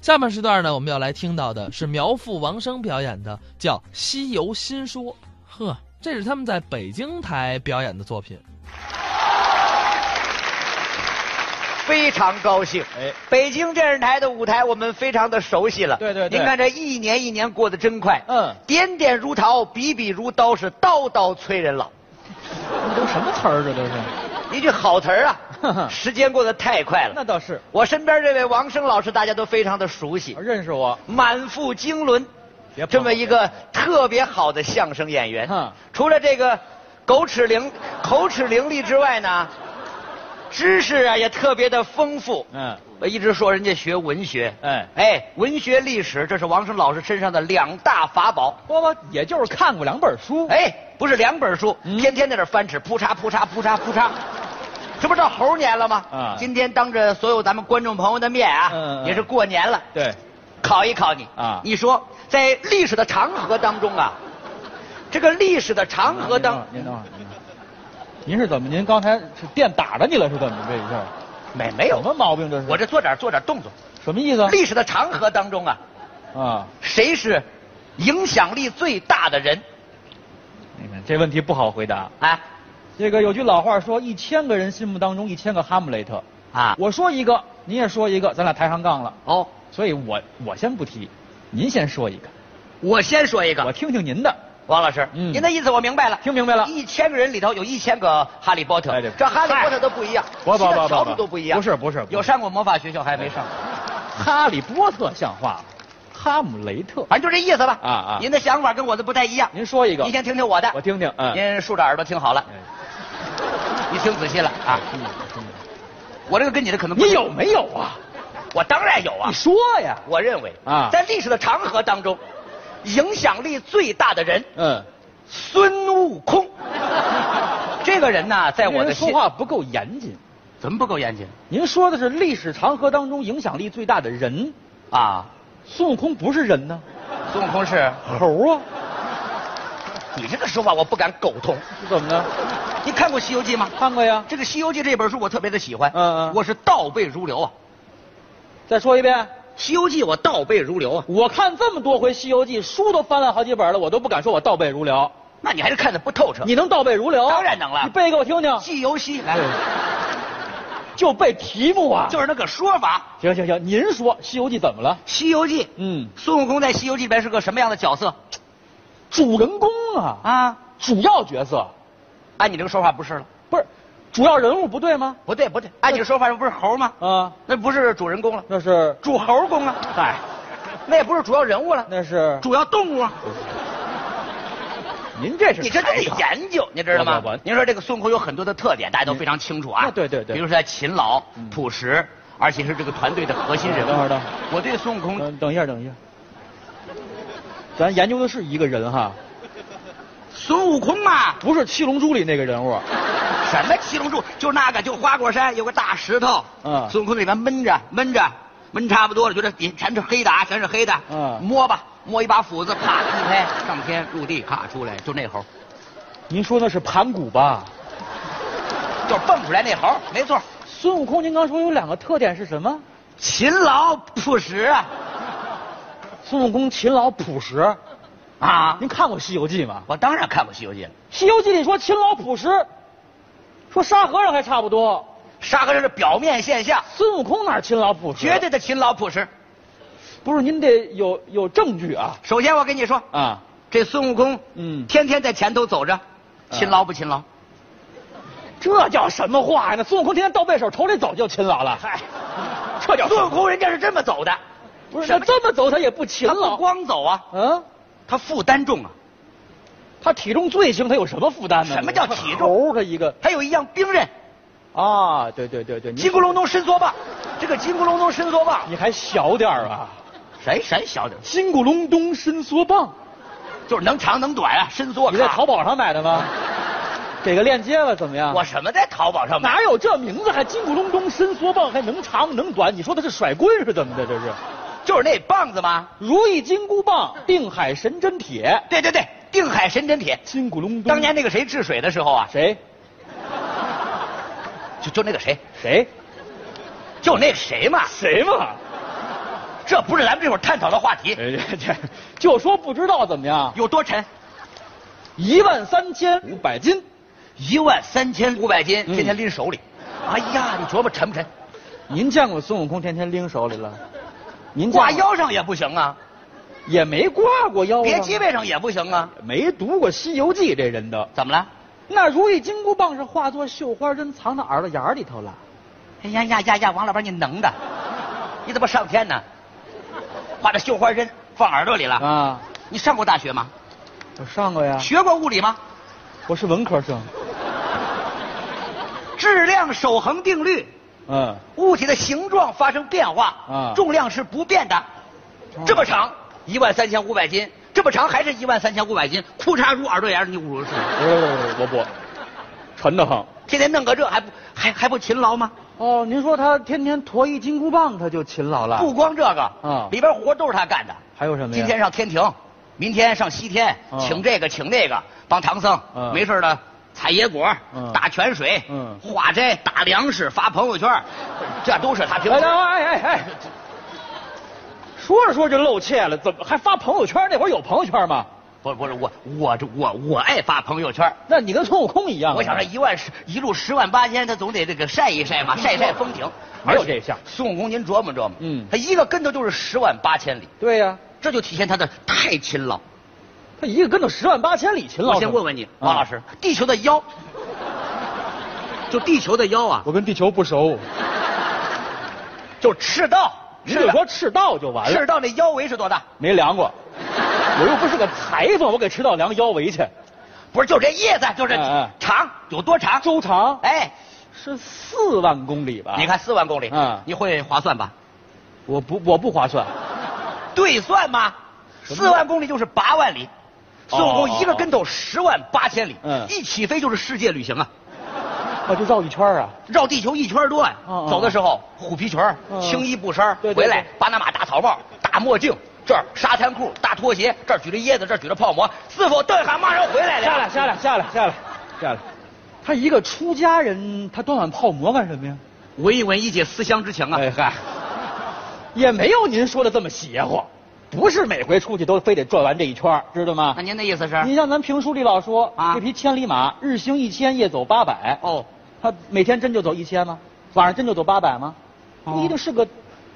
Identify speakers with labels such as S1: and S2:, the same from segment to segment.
S1: 下半时段呢，我们要来听到的是苗阜王声表演的，叫《西游新说》，
S2: 呵，
S1: 这是他们在北京台表演的作品。
S3: 非常高兴。
S4: 哎，
S3: 北京电视台的舞台我们非常的熟悉了。
S4: 对对对
S3: 您看这一年一年过得真快。
S4: 嗯
S3: 点点如桃，笔笔如刀，是刀刀催人老。
S4: 这都什么词儿？啊这都是。！
S3: 一句好词儿啊 时间过得太快
S4: 那
S3: 了。
S4: 倒是，
S3: 我身边这位王声老师，大家都非常的熟悉，
S4: 认识我。
S3: 满腹经纶
S4: 嗯别，捧嗯
S3: 这么一个特别好的相声演员
S4: 哼。
S3: 除了这个狗齿伶、口齿伶俐之外呢，知识啊也特别的丰富。
S4: 嗯，
S3: 我一直说人家学文学，
S4: 哎
S3: 哎，文学历史，这是王声老师身上的两大法宝。
S4: 不不，也就是看过两本书。
S3: 哎，不是两本书，
S4: 嗯
S3: 天天在那儿翻纸，扑嚓扑嚓扑嚓扑嚓。这不是到猴年了吗？
S4: 啊
S3: 今天当着所有咱们观众朋友的面啊，
S4: 嗯嗯嗯
S3: 也是过年了，
S4: 对，
S3: 考一考你
S4: 啊
S3: 你说在历史的长河当中啊，这个历史的长河当，
S4: 您等会儿，您等会儿。您是怎么？您刚才是电打着你了，是怎么这一下？
S3: 没没有
S4: 什，么毛病哎这是？
S3: 我这做点做点动作。
S4: 什么意思？
S3: 历史的长河当中啊，
S4: 啊，
S3: 谁是影响力最大的人
S4: 你看这问题不好回答。
S3: 啊？
S4: 这个有句老话说，一千个人心目当中一千个哈姆雷特。
S3: 啊，
S4: 我说一个，您也说一个，咱俩抬上杠了。
S3: 哦，
S4: 所以我我先不提，您先说一个，
S3: 我先说一
S4: 我
S3: 个，
S4: 听听您的。
S3: 王老师，
S4: 嗯
S3: 您的意思我明白了，
S4: 听明白了
S3: 一千个人里头有一千个哈利波特
S4: 哎对，
S3: 这哈利波特都不一样，
S4: 不不不
S3: 其他
S4: 不
S3: 条
S4: 不
S3: 路都不一样。
S4: 不是不是不是哎
S3: 有上过魔法学校还没上，
S4: 哈利波特像话吗？哈姆雷特，
S3: 反正就这意思吧。
S4: 啊啊
S3: 您的想法跟我的不太一样。
S4: 您说一个
S3: 您，先听听我的，
S4: 我听听。嗯，哎
S3: 您竖着耳朵听好了，你听仔细了啊。我这个跟你的可能不
S4: 你有？没有啊？
S3: 我当然有啊
S4: 你。说呀。
S3: 我认为
S4: 啊
S3: 在历史的长河当中，影响力最大的人
S4: 嗯，
S3: 孙悟空，这个人呐，在
S4: 在
S3: 我
S4: 我
S3: 的
S4: 的
S3: 心
S4: 说话不够严谨。
S3: 怎么不够严谨
S4: 您说的是历史长河当中影响力最大的人，
S3: 啊？
S4: 孙悟空不是人呢，
S3: 孙悟空是，
S4: 猴啊，
S3: 你这个说法我不敢苟同。
S4: 是怎么的？
S3: 你看过《西游记》吗？
S4: 看过呀。
S3: 这个《西游记》这本书我特别的喜欢，
S4: 嗯嗯
S3: 我是倒背如流啊，
S4: 再说一遍，
S3: 《西游记》我倒背如流啊。
S4: 我看这么多回《西游记》，书都翻了好几本了，我都不敢说我倒背如流。
S3: 那你还是看的不透彻。
S4: 你能倒背如流？
S3: 当然能了
S4: 你背给我听听，
S3: 《西游记》来，
S4: 就背题目啊。
S3: 就是那个说法，
S4: 行行行，您说《西游记》怎么了？
S3: 《西游记》
S4: 嗯，
S3: 孙悟空在《西游记》里边是个什么样的角色
S4: 主人公啊，
S3: 啊？
S4: 主要角色，
S3: 按你这个说法不是了，
S4: 不是主要人物不对吗？
S3: 不对不对，按你这说法这不是猴吗？
S4: 啊，
S3: 那不是主人公了，
S4: 那是
S3: 主猴公啊，
S4: 嗨，
S3: 那也不是主要人物了，
S4: 那是
S3: 主要动物啊。
S4: 您这是
S3: 你这都得
S4: 排场
S3: 研究，你知道吗
S4: 不不不？
S3: 您说这个孙悟空有很多的特点，大家都非常清楚啊。
S4: 嗯对对对
S3: 比如说他勤劳
S4: 嗯、
S3: 朴实，而且是这个团队的核心人物。
S4: 等会儿等嗯会儿
S3: 我对孙悟空
S4: 等等一下，等一下，咱研究的是一个人哈，
S3: 孙悟空嘛，
S4: 不是《七龙珠》里那个人物。
S3: 什么七龙珠，就那个，就花果山有个大石头，
S4: 嗯
S3: 孙悟空在里面闷着，闷着，闷差不多了，觉得底全是黑的啊，全是黑的，
S4: 嗯
S3: 摸吧，摸一把斧子，啪一拍，上天入地，咔出来，就那猴，
S4: 您说那是盘古吧？
S3: 就蹦出来那猴，没错，
S4: 孙悟空，您刚说有两个特点是什么？
S3: 勤劳朴实啊，
S4: 孙悟空勤劳朴实。
S3: 啊，
S4: 您看过《西游记》吗？
S3: 我当然看过《西游记》了，
S4: 《西游记》里说勤劳朴实，说沙和尚还差不多。
S3: 沙和尚是表面现象，
S4: 孙悟空哪儿勤劳朴实？啊
S3: 绝对的勤劳朴实。
S4: 不是，您得有有证据啊
S3: 首先我跟你说，
S4: 啊！
S3: 这孙悟空，
S4: 嗯啊
S3: 天天在前头走着，勤劳不勤劳？
S4: 这叫什么话呀？那孙悟空天天倒背手头里走就勤劳了，
S3: 嗨，
S4: 这叫
S3: 孙悟空人家是这么走的，
S4: 不是？那这么走他也不勤
S3: 他不
S4: 劳。
S3: 光走啊，
S4: 嗯。
S3: 他负担重啊。
S4: 他体重最轻，他有什么负担呢？
S3: 什么叫体重
S4: 猴儿他一个
S3: 还有一样兵刃，
S4: 啊，对对对对，您
S3: 金箍隆咚伸缩棒。这个金箍隆咚伸缩棒，
S4: 你还小点儿啊！
S3: 谁谁小点儿，
S4: 金箍隆咚伸缩棒，
S3: 就是能长能短啊，伸缩。
S4: 你在
S3: 咔
S4: 淘宝上买 的吗？给个链接吧，怎么样？
S3: 我什么在淘宝上买？
S4: 哪有这名字？还金箍隆咚伸缩棒，还能长能短？你说的是甩棍是怎么的？这是
S3: 就是那棒子吗？
S4: 如意金箍棒，定海神针铁，
S3: 对对对，定海神针铁。
S4: 金箍隆咚。
S3: 当年那个谁治水的时候啊，
S4: 谁
S3: 就就那个谁，
S4: 谁
S3: 就那个谁嘛，
S4: 谁嘛？
S3: 这不是咱们这会儿探讨的话题。
S4: 哎，这这 就说不知道怎么样？
S3: 有多沉？
S4: 一万三千五百斤，
S3: 一万三千五百斤，
S4: 嗯
S3: 天天拎手里。哎呀，你琢磨沉不沉？
S4: 您见过孙悟空天天拎手里了？您见过
S3: 挂腰上也不行啊，
S4: 也没挂过腰啊，
S3: 别脊背上也不行啊。
S4: 没读过《西游记》这人的。
S3: 怎么了？
S4: 那如意金箍棒是化作绣花针藏到耳朵眼儿里头了。
S3: 哎呀呀呀呀！王老板，你能的，你怎么上天呢？画着绣花针放耳朵里了。
S4: 啊，
S3: 你上过大学吗？
S4: 我上过呀，
S3: 学过物理吗？
S4: 我是文科生。
S3: 质量守恒定律，
S4: 嗯，
S3: 物体的形状发生变化，
S4: 啊
S3: 重量是不变的。这么长，一万三千五百斤，这么长还是一万三千五百斤，裤衩入耳朵眼儿，你侮辱谁？
S4: 不不不，我不，沉得很。
S3: 天天弄个这还不还还不勤劳吗？
S4: 哦，您说他天天驮一金箍棒，他就勤劳了。
S3: 不，光这个，
S4: 啊
S3: 里边活都是他干的。
S4: 还有什么呀？
S3: 今天上天庭，明天上西天，
S4: 啊
S3: 请这个请那个，帮唐僧，
S4: 嗯
S3: 没事的采野果、
S4: 嗯
S3: 打泉水、
S4: 嗯
S3: 化斋、打粮食、发朋友圈，这都是他平
S4: 哎
S3: 时。
S4: 哎哎哎，说着说着就露怯了，怎么还发朋友圈？那会儿有朋友圈吗？
S3: 不是不是我我这我我爱发朋友圈，
S4: 那你跟孙悟空一样啊。
S3: 我想这一万十一路十万八千，他总得这个晒一晒嘛，晒晒风景。
S4: 嗯没有这一项
S3: 孙悟空，您琢磨琢磨，
S4: 嗯
S3: 他一个跟头就是十万八千里，
S4: 对呀、
S3: 这就体现他的太勤劳。
S4: 他一个跟头十万八千里，勤劳。啊
S3: 我先问问你，王老，师，地球的 腰，就地球的腰啊，
S4: 我跟地球不熟，
S3: 就赤道，
S4: 你
S3: 赤
S4: 就
S3: 道，
S4: 说赤道就完了
S3: 赤。道那腰围是多大？
S4: 没量过，我又不是个裁缝，我给赤道量腰围去。
S3: 不是，就这叶子，就这
S4: 嗯嗯
S3: 长有多长？
S4: 周长
S3: 哎，
S4: 是四万公里吧？
S3: 你，看四万公里
S4: 嗯，
S3: 你会划算吧？
S4: 我不我不 划算。
S3: 对算吗？
S4: 什么
S3: 四万公里就是八万里，
S4: 哦
S3: 孙悟空一个跟头十万八千里，
S4: 嗯
S3: 一起飞就是世界旅行啊，
S4: 啊，就绕一圈啊。
S3: 绕地球一圈多呀、
S4: 哦哦
S3: 走的时候虎皮裙儿、
S4: 嗯
S3: 青衣布衫儿，
S4: 对对
S3: 回来
S4: 对
S3: 巴拿马大草帽、大墨镜，这儿沙滩裤、大拖鞋，这儿举着椰子，这儿举着泡馍，是否邓海马上回来了？
S4: 下来，下来，下来，下来，下来。他一个出家人，他端碗泡馍干什么呀？
S3: 闻一闻一解思乡之情啊！
S4: 哎嗨，也没有您说的这么邪乎，不是每回出去都非得转完这一圈儿，知道吗
S3: 那？啊您的意思是？
S4: 你像咱评书里老说
S3: 啊
S4: 这匹千里马日行一千，夜走八百。
S3: 哦，
S4: 他每天真就走一千吗？晚上真就走八百吗？
S3: 哦
S4: 不一定是个，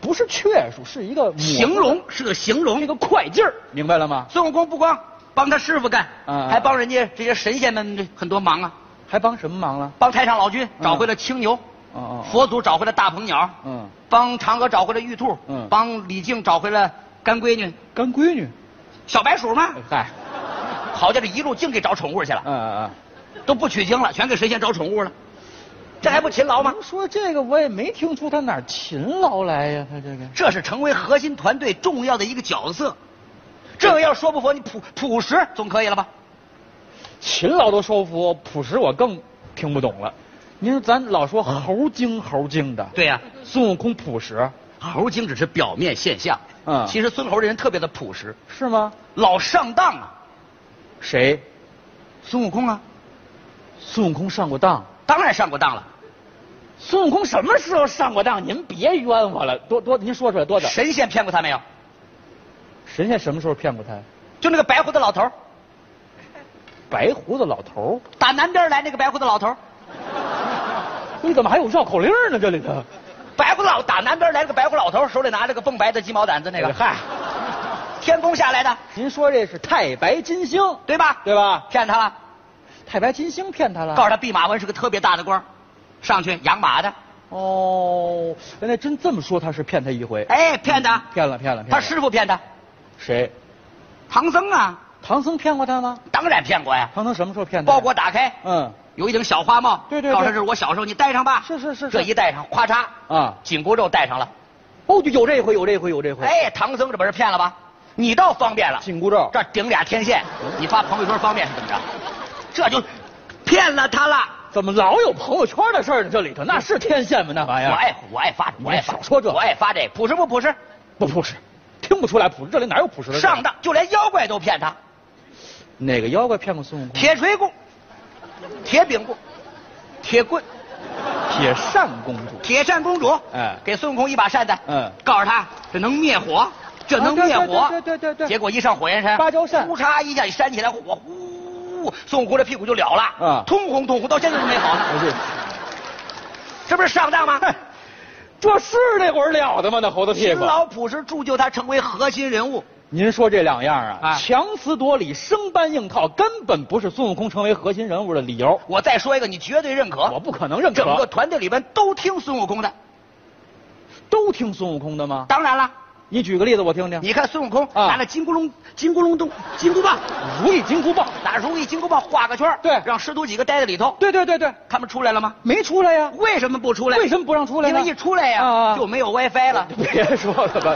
S4: 不是确数，是一个模糊的
S3: 形容是个形容
S4: 那。个快劲儿，明白了吗？
S3: 孙悟空不光帮他师傅干，
S4: 嗯嗯
S3: 还帮人家这些神仙们很多忙啊，
S4: 还帮什么忙了？
S3: 帮太上老君找回了青牛，
S4: 哦嗯哦，
S3: 佛祖找回了大鹏鸟，
S4: 嗯，
S3: 帮嫦娥找回了玉兔，
S4: 嗯
S3: 帮李靖找回了干闺女
S4: 干闺女。
S3: 小白鼠嘛。
S4: 哎嗨，
S3: 哎好家伙，这一路净给找宠物去了，
S4: 嗯嗯
S3: 都不取经了，全给神仙找宠物了，这还不勤劳
S4: 嗯。
S3: 吗？
S4: 您说这个我也没听出他哪儿勤劳来呀，他这个。
S3: 这是成为核心团队重要的一个角色。这个要说不服，你朴朴实总可以了吧？
S4: 勤劳都说服，朴实我更听不懂了。您说咱老说猴精猴精的，
S3: 对呀、
S4: 孙悟空朴实
S3: 猴精只是表面现象，
S4: 嗯
S3: 其实孙猴这人特别的朴实，
S4: 是吗？
S3: 老上当啊。
S4: 谁？
S3: 孙悟空啊，
S4: 孙悟空上过当。
S3: 当然上过当了。
S4: 孙悟空什么时候上过当？您别冤枉我了，多多，您说出来多点。
S3: 神仙骗过他没有？
S4: 神仙什么时候骗过他？
S3: 就那个白胡子老头儿，
S4: 白胡子老头
S3: 打南边来那个白胡子老头儿，
S4: 儿， 你怎么还有绕口令呢？这里头，
S3: 白胡子老打南边来那个白胡子老头儿，手里拿着个蹦白的鸡毛掸子那个，
S4: 哎嗨，
S3: 天宫下来的，
S4: 您说这是太白金星，
S3: 对吧？
S4: 对吧？
S3: 骗他了，
S4: 太白金星骗他了。
S3: 告诉他弼马温是个特别大的官儿，上去养马的，
S4: 哦，原来真这么说，他是骗他一回。
S3: 哎，骗他，
S4: 骗了，骗了，骗
S3: 他
S4: 了。
S3: 师傅骗他，
S4: 谁？
S3: 唐僧啊，
S4: 唐僧骗过他吗？
S3: 当然骗过呀，
S4: 唐僧什么时候骗他？
S3: 包。裹打开，
S4: 嗯，
S3: 有一顶小花帽，
S4: 对对对
S3: 告诉他这是我小时候，你戴上吧，
S4: 是是是是
S3: 这一戴上，咔嚓，
S4: 啊，
S3: 紧箍咒戴上了，
S4: 哦，就有这回，有这回，有这回。，
S3: 哎，唐僧这不是骗了吧？你倒方便了，
S4: 紧箍嗯咒。
S3: 这儿顶俩天线，你发朋友圈方便是怎么着？这就骗了他了。
S4: 怎么老有朋友圈的事儿呢？这里头那是天线吗？那玩意
S3: 我哎
S4: 儿。
S3: 爱我爱发，我爱发
S4: 哎少说这
S3: 我爱发这个朴实不朴实？
S4: 不朴实，听不出来朴实，这嗯里哪有朴实的？
S3: 上当，就连妖怪都骗他。
S4: 哪个妖怪骗过孙悟空？
S3: 铁锤棍、铁饼棍、铁棍、
S4: 铁扇公主，
S3: 铁扇公主，
S4: 哎
S3: 给孙悟空一把扇子，
S4: 嗯
S3: 告诉他这能灭火，这能灭火，
S4: 啊对对对对对对
S3: 结果一上火焰山，
S4: 芭蕉扇
S3: 呼嚓一下一扇起来，火呼，孙悟空这屁股就了了，
S4: 啊
S3: 通红通红，到现在都没好呢，
S4: 不是，
S3: 这不是上当吗？
S4: 这是那会儿了的吗？那猴子屁
S3: 勤
S4: 股。
S3: 劳朴实铸就他成为核心人物，
S4: 您说这两样啊，
S3: 啊
S4: 强词夺理、生搬硬套，根本不是孙悟空成为核心人物的理由。
S3: 我再说一个，你绝对认可，
S4: 我不可能认可，
S3: 整个团队里边都听孙悟空的，
S4: 都听孙悟空的吗？
S3: 当然了。
S4: 你举个例子我听听。
S3: 你看孙悟空
S4: 啊
S3: 拿着金箍龙、金箍龙洞、金箍棒，
S4: 如意金箍棒，
S3: 拿如意金箍棒画个圈儿
S4: 对
S3: 让师徒几个待在里头，
S4: 对对对对，
S3: 他们出来了吗？
S4: 没出来 呀、
S3: 为什么不出来？
S4: 为什么不让出来呢
S3: 因为一出来呀、
S4: 啊啊
S3: 就没有 WiFi 了。
S4: 别说了吧。